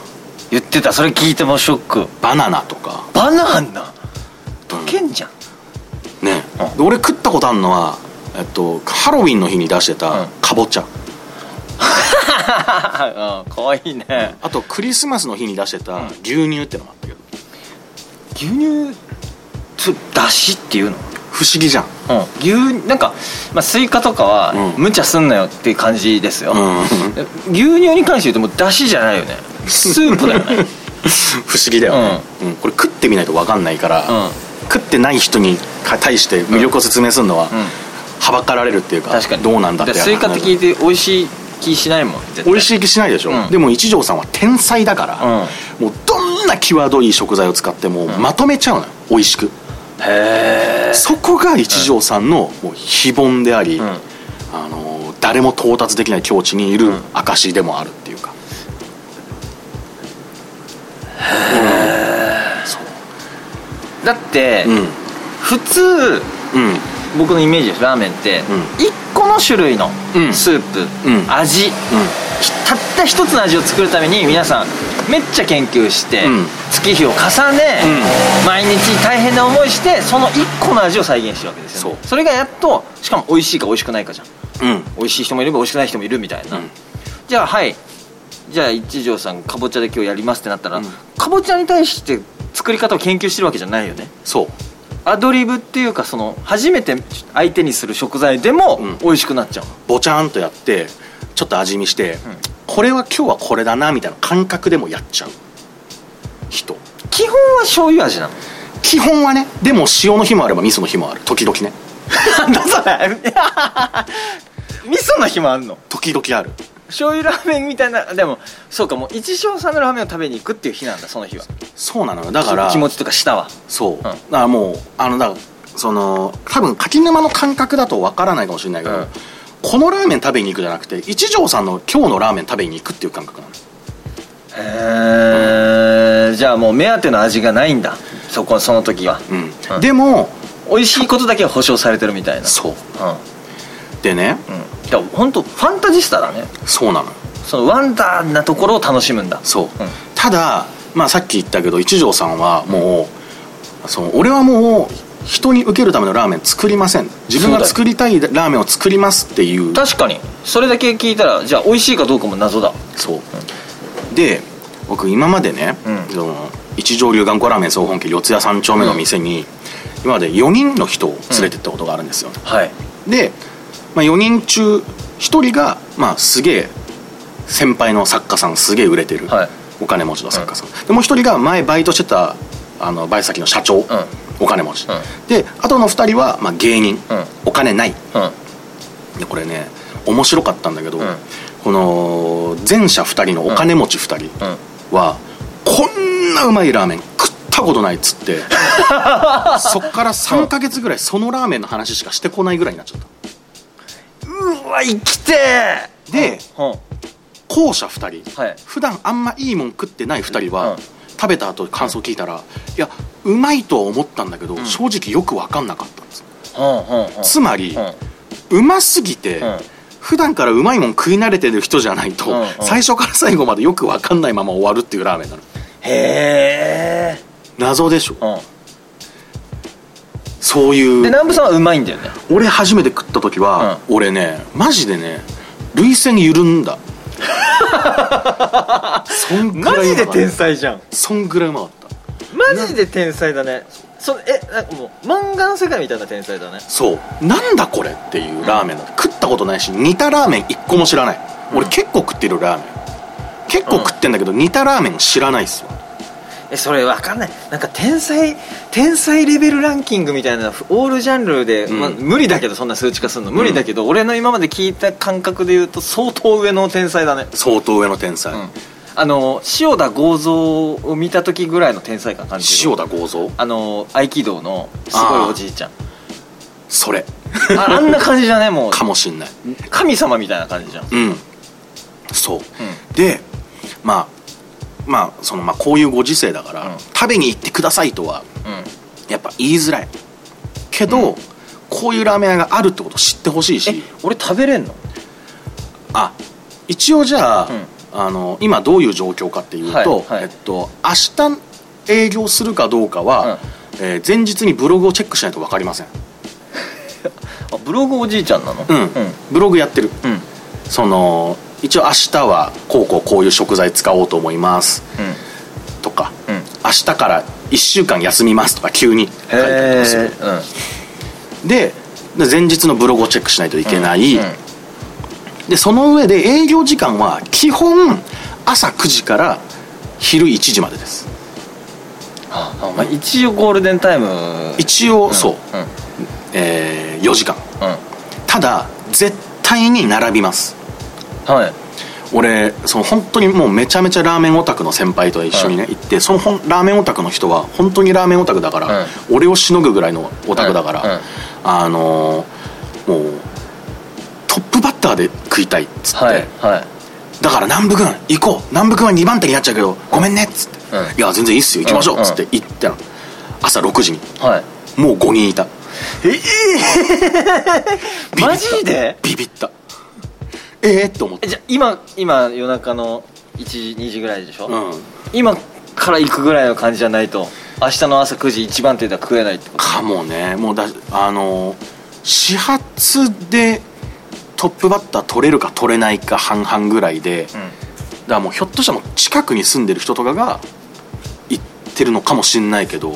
[SPEAKER 2] 言ってたそれ聞いてもショック
[SPEAKER 1] バナナとか、
[SPEAKER 2] バナナ溶けんじゃん
[SPEAKER 1] ね
[SPEAKER 2] うん
[SPEAKER 1] で俺食ったことあるのは、えっと、ハロウィンの日に出して
[SPEAKER 2] う
[SPEAKER 1] た
[SPEAKER 2] ん
[SPEAKER 1] かぼちゃ、
[SPEAKER 2] ああかわいいね
[SPEAKER 1] あとクリスマスの日に出してた牛乳ってのもあったけど
[SPEAKER 2] 牛乳つだしっていうの
[SPEAKER 1] 不思議じゃん
[SPEAKER 2] うん牛なんか、まあ、スイカとかは、
[SPEAKER 1] うん
[SPEAKER 2] 無茶すんなよっていう感じですよ、
[SPEAKER 1] うん
[SPEAKER 2] 牛乳に関して言うともうだしじゃないよねスープだよ ね
[SPEAKER 1] 不思議だよね、うんこれ食ってみないと分かんないから、
[SPEAKER 2] うん
[SPEAKER 1] 食ってない人に対して魅力を説明するのは、
[SPEAKER 2] うん
[SPEAKER 1] はばかられるっていうか
[SPEAKER 2] 確かに
[SPEAKER 1] どうなんだって
[SPEAKER 2] スイカって聞いて美味しい気しないもん絶対
[SPEAKER 1] 美味しい気しないでしょ、
[SPEAKER 2] うん
[SPEAKER 1] でも一条さんは天才だから、もうどんな際どい食材を使ってもまとめちゃうのよ美味しく
[SPEAKER 2] へえ
[SPEAKER 1] そこが一条さんのもう非凡であり、
[SPEAKER 2] うん
[SPEAKER 1] あの誰も到達できない境地にいる証でもあるっていうか、
[SPEAKER 2] だって、
[SPEAKER 1] うんうん
[SPEAKER 2] 普通僕のイメージですラーメンっ
[SPEAKER 1] う
[SPEAKER 2] て、1個の種類の
[SPEAKER 1] うん
[SPEAKER 2] スープ、
[SPEAKER 1] うん
[SPEAKER 2] 味、たった一つの味を作るために皆さんめっちゃ研究して、
[SPEAKER 1] うん
[SPEAKER 2] 月日を重ね、毎日大変な思いしてその1個の味を再現してるわけですよ、ね、
[SPEAKER 1] そう
[SPEAKER 2] れがやっとしかも美味しいか美味しくないかじゃん
[SPEAKER 1] うんうん
[SPEAKER 2] 美味しい人もいれば美味しくない人もいるみたいな、
[SPEAKER 1] うん
[SPEAKER 2] じゃあはいじゃあ一条さんかぼちゃで今日やりますってなったら、
[SPEAKER 1] うん
[SPEAKER 2] かぼちゃに対して作り方を研究してるわけじゃないよね
[SPEAKER 1] そう
[SPEAKER 2] アドリブっていうかその初めて相手にする食材でも
[SPEAKER 1] うん
[SPEAKER 2] 美味しくなっちゃう、
[SPEAKER 1] ボチャーンとやってちょっと味見して、
[SPEAKER 2] ん
[SPEAKER 1] これは今日はこれだなみたいな感覚でもやっちゃう人
[SPEAKER 2] 基本は醤油味なの
[SPEAKER 1] 基本はねでも塩の日もあれば味噌の日もある時々ね
[SPEAKER 2] なんだそれ 味噌の日もあんの
[SPEAKER 1] 時々ある
[SPEAKER 2] 醤油ラーメンみたいなでもそうかもう一生さんのラーメンを食べに行くっていう日なんだその日は
[SPEAKER 1] そうなのよだから
[SPEAKER 2] 気持ちとか舌は
[SPEAKER 1] そう、
[SPEAKER 2] ん
[SPEAKER 1] だからもうあのだからその多分柿沼の感覚だとわからないかもしれないけど、
[SPEAKER 2] うん
[SPEAKER 1] このラーメン食べに行くじゃなくて一条さんの今日のラーメン食べに行くっていう感覚なの
[SPEAKER 2] へえじゃあもう目当ての味がないんだそこその時は、
[SPEAKER 1] うん、
[SPEAKER 2] うん
[SPEAKER 1] でも
[SPEAKER 2] 美味しいことだけは保証されてるみたいな
[SPEAKER 1] そう
[SPEAKER 2] うん
[SPEAKER 1] でね
[SPEAKER 2] うんだから本当ファンタジスタだね
[SPEAKER 1] そうなの
[SPEAKER 2] そのワンダーなところを楽しむんだ
[SPEAKER 1] そう、
[SPEAKER 2] うん
[SPEAKER 1] ただ、まあ、さっき言ったけど一条さんはもうその俺はもう人に受けるためのラーメン作りません自分が作りたいラーメンを作りますっていう
[SPEAKER 2] 確かにそれだけ聞いたらじゃあ美味しいかどうかも謎だ
[SPEAKER 1] そうで僕今までね、
[SPEAKER 2] うん
[SPEAKER 1] その一条流頑固ラーメン総本家四谷三丁目の店に、今まで4人の人を連れてったことがあるんですよ、
[SPEAKER 2] はい
[SPEAKER 1] で、まあ、4人中1人が、まあ、すげえ先輩の作家さんすげえ売れてる、
[SPEAKER 2] はい
[SPEAKER 1] お金持ちの作家さん、でもう1人が前バイトしてたあのバイト先の社長、お金持ち、
[SPEAKER 2] う
[SPEAKER 1] であとの2人は、まあ、芸人、
[SPEAKER 2] うん
[SPEAKER 1] お金ない
[SPEAKER 2] うん
[SPEAKER 1] でこれね面白かったんだけど、
[SPEAKER 2] うん
[SPEAKER 1] この前者2人のお金持ち2人
[SPEAKER 2] うん
[SPEAKER 1] は、こんなうまいラーメン食ったことないっつ ってそっから3ヶ月ぐらいそのラーメンの話しかしてこないぐらいになっちゃった
[SPEAKER 2] うわ生きてー
[SPEAKER 1] で
[SPEAKER 2] うんうん
[SPEAKER 1] 後者2人、
[SPEAKER 2] はい
[SPEAKER 1] 普段あんまいいもん食ってない2人は、
[SPEAKER 2] うん
[SPEAKER 1] 食べた後感想聞いたら、いやうまいとは思ったんだけど、
[SPEAKER 2] ん
[SPEAKER 1] 正直よく分かんなかったんですよ、
[SPEAKER 2] うんうん
[SPEAKER 1] つまり、うますぎて、
[SPEAKER 2] うん
[SPEAKER 1] 普段からうまいもん食い慣れてる人じゃないと、
[SPEAKER 2] うんうん
[SPEAKER 1] 最初から最後までよく分かんないまま終わるっていうラーメンなの
[SPEAKER 2] へえ
[SPEAKER 1] 謎でしょ
[SPEAKER 2] う
[SPEAKER 1] そう
[SPEAKER 2] んで
[SPEAKER 1] いう
[SPEAKER 2] 南部さんはうまいんだよね
[SPEAKER 1] 俺初めて食った時は、俺ねマジでね涙腺緩ん だそんぐらいうまかった
[SPEAKER 2] 才じゃん
[SPEAKER 1] そんぐらいうまかった
[SPEAKER 2] マジで天才だねそえなんかもう漫画の世界みたいな天才だね
[SPEAKER 1] そうなんだこれっていうラーメンだった食ったことないし似たラーメン一個も知らない俺結構食ってるラーメン結構食ってんだけど似たラーメン知らないっすよ
[SPEAKER 2] えそれわかんないなんか天才天才レベルランキングみたいなオールジャンルで、
[SPEAKER 1] うん
[SPEAKER 2] まあ、無理だけどそんな数値化するの無理だけど、俺の今まで聞いた感覚で言うと相当上の天才だね
[SPEAKER 1] 相当上の天才、
[SPEAKER 2] うんあの塩田剛三を見た時ぐらいの天才感感じる
[SPEAKER 1] 塩田剛三
[SPEAKER 2] あの合気道のすごいおじいちゃん
[SPEAKER 1] それ
[SPEAKER 2] ああんな感じじゃねもう
[SPEAKER 1] かもしんない
[SPEAKER 2] 神様みたいな感じじゃん
[SPEAKER 1] うんそう、でまあまあそのまあこういうご時世だから、
[SPEAKER 2] うん
[SPEAKER 1] 食べに行ってくださいとは
[SPEAKER 2] う
[SPEAKER 1] やっぱ言いづらいけど、こういうラーメン屋があるってこと知ってほしい
[SPEAKER 2] んえ
[SPEAKER 1] し
[SPEAKER 2] 俺食べれんの
[SPEAKER 1] あ一応じゃあ,、
[SPEAKER 2] うん
[SPEAKER 1] あの今どういう状況かっていうと、
[SPEAKER 2] はいはい
[SPEAKER 1] えっと、明日営業するかどうかは、えー前日にブログをチェックしないと分かりません、
[SPEAKER 2] あブログおじいちゃんなの
[SPEAKER 1] うん
[SPEAKER 2] うん
[SPEAKER 1] ブログやってる
[SPEAKER 2] うん
[SPEAKER 1] その一応明日はこうこうこういう食材使おうと思いますとか、
[SPEAKER 2] うんうん
[SPEAKER 1] 明日から1週間休みますとか急に書いてありまするでで前日のブログをチェックしないといけない、
[SPEAKER 2] うんうん
[SPEAKER 1] でその上で営業時間は基本朝9時から昼1時までです
[SPEAKER 2] ああまあ一応ゴールデンタイム
[SPEAKER 1] 一応、そう、
[SPEAKER 2] うん
[SPEAKER 1] えー4時間
[SPEAKER 2] うん
[SPEAKER 1] ただ絶対に並びます
[SPEAKER 2] はい
[SPEAKER 1] 俺その本当にもうめちゃめちゃラーメンオタクの先輩と一緒にね、行ってそのほんラーメンオタクの人は本当にラーメンオタクだから、俺をしのぐぐらいのオタクだから、
[SPEAKER 2] うんうん
[SPEAKER 1] あのーもうトップバッターで食いたいっつって、
[SPEAKER 2] はいはい
[SPEAKER 1] だから南部君行こう南部君は2番手になっちゃうけどごめんねっつって、
[SPEAKER 2] うん
[SPEAKER 1] いや全然いいっすよ行きましょう
[SPEAKER 2] うん
[SPEAKER 1] っつって行ったの朝6時に
[SPEAKER 2] はい
[SPEAKER 1] もう5人いたええ
[SPEAKER 2] マジで
[SPEAKER 1] ビビったええって思っ
[SPEAKER 2] え
[SPEAKER 1] て
[SPEAKER 2] じゃあ今今夜中の1時2時ぐらいでしょ
[SPEAKER 1] うん
[SPEAKER 2] 今から行くぐらいの感じじゃないと明日の朝9時一番手では食えないってこと
[SPEAKER 1] かもねもうだあの始発でトップバッター取れるか取れないか半々ぐらいで、だからもうひょっとしたらもう近くに住んでる人とかが行ってるのかもしんないけど、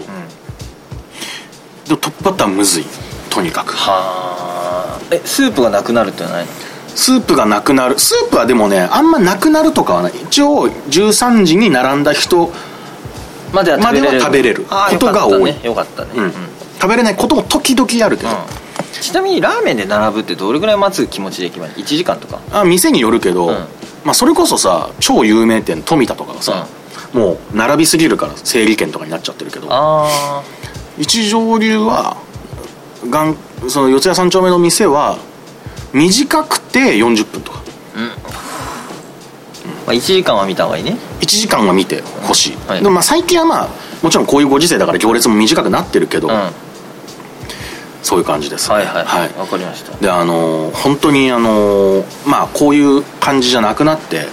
[SPEAKER 1] でもトップバッターはむずいとにかく
[SPEAKER 2] はあえスープがなくなるってのはないの
[SPEAKER 1] スープがなくなるスープはでもねあんまなくなるとかはない一応13時に並んだ人、
[SPEAKER 2] までは食べれる
[SPEAKER 1] までは食べれる
[SPEAKER 2] あー
[SPEAKER 1] ことが多い
[SPEAKER 2] よかったね
[SPEAKER 1] うん
[SPEAKER 2] よかったね
[SPEAKER 1] 食べれないことも時々あるけど、
[SPEAKER 2] うんちなみにラーメンで並ぶってどれぐらい待つ気持ちで行けばいい1時間とか
[SPEAKER 1] あ店によるけど、
[SPEAKER 2] うん
[SPEAKER 1] まあ、それこそさ超有名店富田とかがさ、もう並びすぎるから整理券とかになっちゃってるけど
[SPEAKER 2] あ
[SPEAKER 1] 一条流はがんその四谷三丁目の店は短くて40分とか
[SPEAKER 2] あ1時間は見た方がいいね
[SPEAKER 1] 1時間は見てほしい、
[SPEAKER 2] はい
[SPEAKER 1] でもまあ最近はまあもちろんこういうご時世だから行列も短くなってるけど、
[SPEAKER 2] うんはい
[SPEAKER 1] そういう感じですね、
[SPEAKER 2] はいはいわかりました
[SPEAKER 1] であのー本当にあのーまあこういう感じじゃなくなって、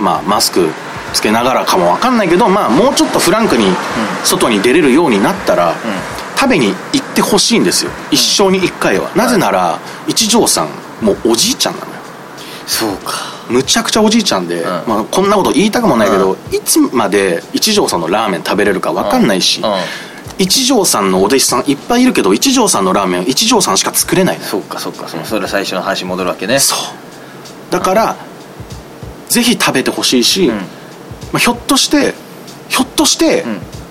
[SPEAKER 1] まあマスクつけながらかもわかんないけどまあもうちょっとフランクに外に出れるようになったら、食べに行ってほしいんですよ一生に一回は、なぜなら一条さんもうおじいちゃんなのよ
[SPEAKER 2] そうか
[SPEAKER 1] むちゃくちゃおじいちゃんで、まあ、こんなこと言いたくもないけど、いつまで一条さんのラーメン食べれるかわかんないし、
[SPEAKER 2] うんうん
[SPEAKER 1] 一条さんのお弟子さんいっぱいいるけど一条さんのラーメンは一条さんしか作れないのよ
[SPEAKER 2] そうかそうかそうそれ最初の話に戻るわけね
[SPEAKER 1] そうだからぜひ食べてほしいし、
[SPEAKER 2] ん
[SPEAKER 1] まあ、ひょっとしてひょっとして、
[SPEAKER 2] ん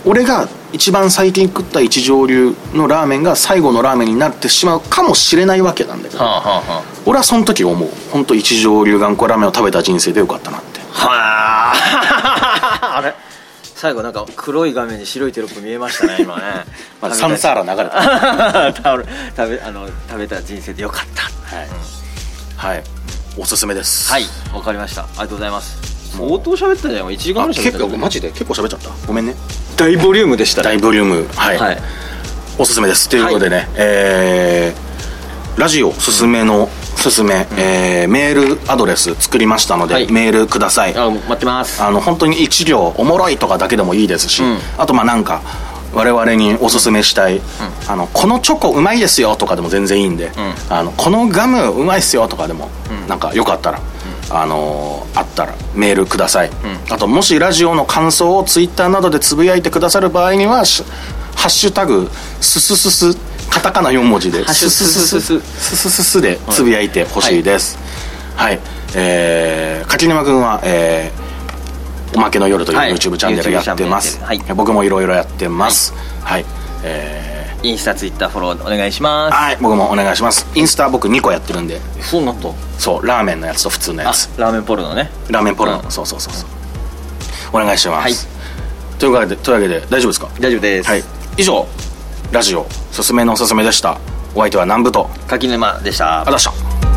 [SPEAKER 1] 俺が一番最近食った一条流のラーメンが最後のラーメンになってしまうかもしれないわけなんだけど、
[SPEAKER 2] はあはあはあ
[SPEAKER 1] 俺はその時思う本当一条流頑固ラーメンを食べた人生でよかったなって
[SPEAKER 2] は ああれ最後なんか黒い画面に白いテロップ見えましたね今ね
[SPEAKER 1] まあサンサーラ流れた
[SPEAKER 2] ラ 食べ食べあの食べた人生でよかった
[SPEAKER 1] はい、はい、おすすめです
[SPEAKER 2] はいわかりましたありがとうございます相当喋ったじゃん1時間
[SPEAKER 1] あ
[SPEAKER 2] ぐらい喋っ
[SPEAKER 1] 結
[SPEAKER 2] た
[SPEAKER 1] 構
[SPEAKER 2] よ
[SPEAKER 1] マジで結構喋っちゃったごめんね
[SPEAKER 2] 大ボリュームでしたね
[SPEAKER 1] 大ボリュームはい、
[SPEAKER 2] はい
[SPEAKER 1] おすすめですということでね、えーラジオすすめのすすめ、えーメールアドレス作りましたので、
[SPEAKER 2] はい
[SPEAKER 1] メールください
[SPEAKER 2] あ待ってます
[SPEAKER 1] あの本当に一行おもろいとかだけでもいいですし、
[SPEAKER 2] ん
[SPEAKER 1] あとまあなんか我々におすすめしたい、あのこのチョコうまいですよとかでも全然いいんで、あのこのガムうまいっすよとかでも、なんかよかったら、あのーあったらメールください、あともしラジオの感想をツイッターなどでつぶやいてくださる場合にはし「ハッシュタグすすすす」カタカナ4文字で「
[SPEAKER 2] ハッシュすすすす
[SPEAKER 1] すすすすでつぶやいてほしいですはい、えー柿沼君は、えーおまけの夜という
[SPEAKER 2] はい
[SPEAKER 1] YouTube チャンネルやってま
[SPEAKER 2] YouTube
[SPEAKER 1] す、
[SPEAKER 2] チャンネルやってる
[SPEAKER 1] 僕もいろいろやってますはい、え
[SPEAKER 2] インスタツイッターフォローお願いしま
[SPEAKER 1] ー
[SPEAKER 2] す
[SPEAKER 1] はい僕もお願いしますインスタ僕2個やってるんで
[SPEAKER 2] そうなった
[SPEAKER 1] そうラーメンのやつと普通のや
[SPEAKER 2] あ
[SPEAKER 1] つ
[SPEAKER 2] ラーメンポルノね
[SPEAKER 1] ラーメンポルノ、
[SPEAKER 2] うん
[SPEAKER 1] そうそうそうそうお願いします、
[SPEAKER 2] はい
[SPEAKER 1] というわけでというわけで大丈夫ですか
[SPEAKER 2] 大丈夫です、
[SPEAKER 1] はい以上ラジオ「すすめのおすすめ」でしたお相手は南部と
[SPEAKER 2] 柿沼でした
[SPEAKER 1] ありがとうございました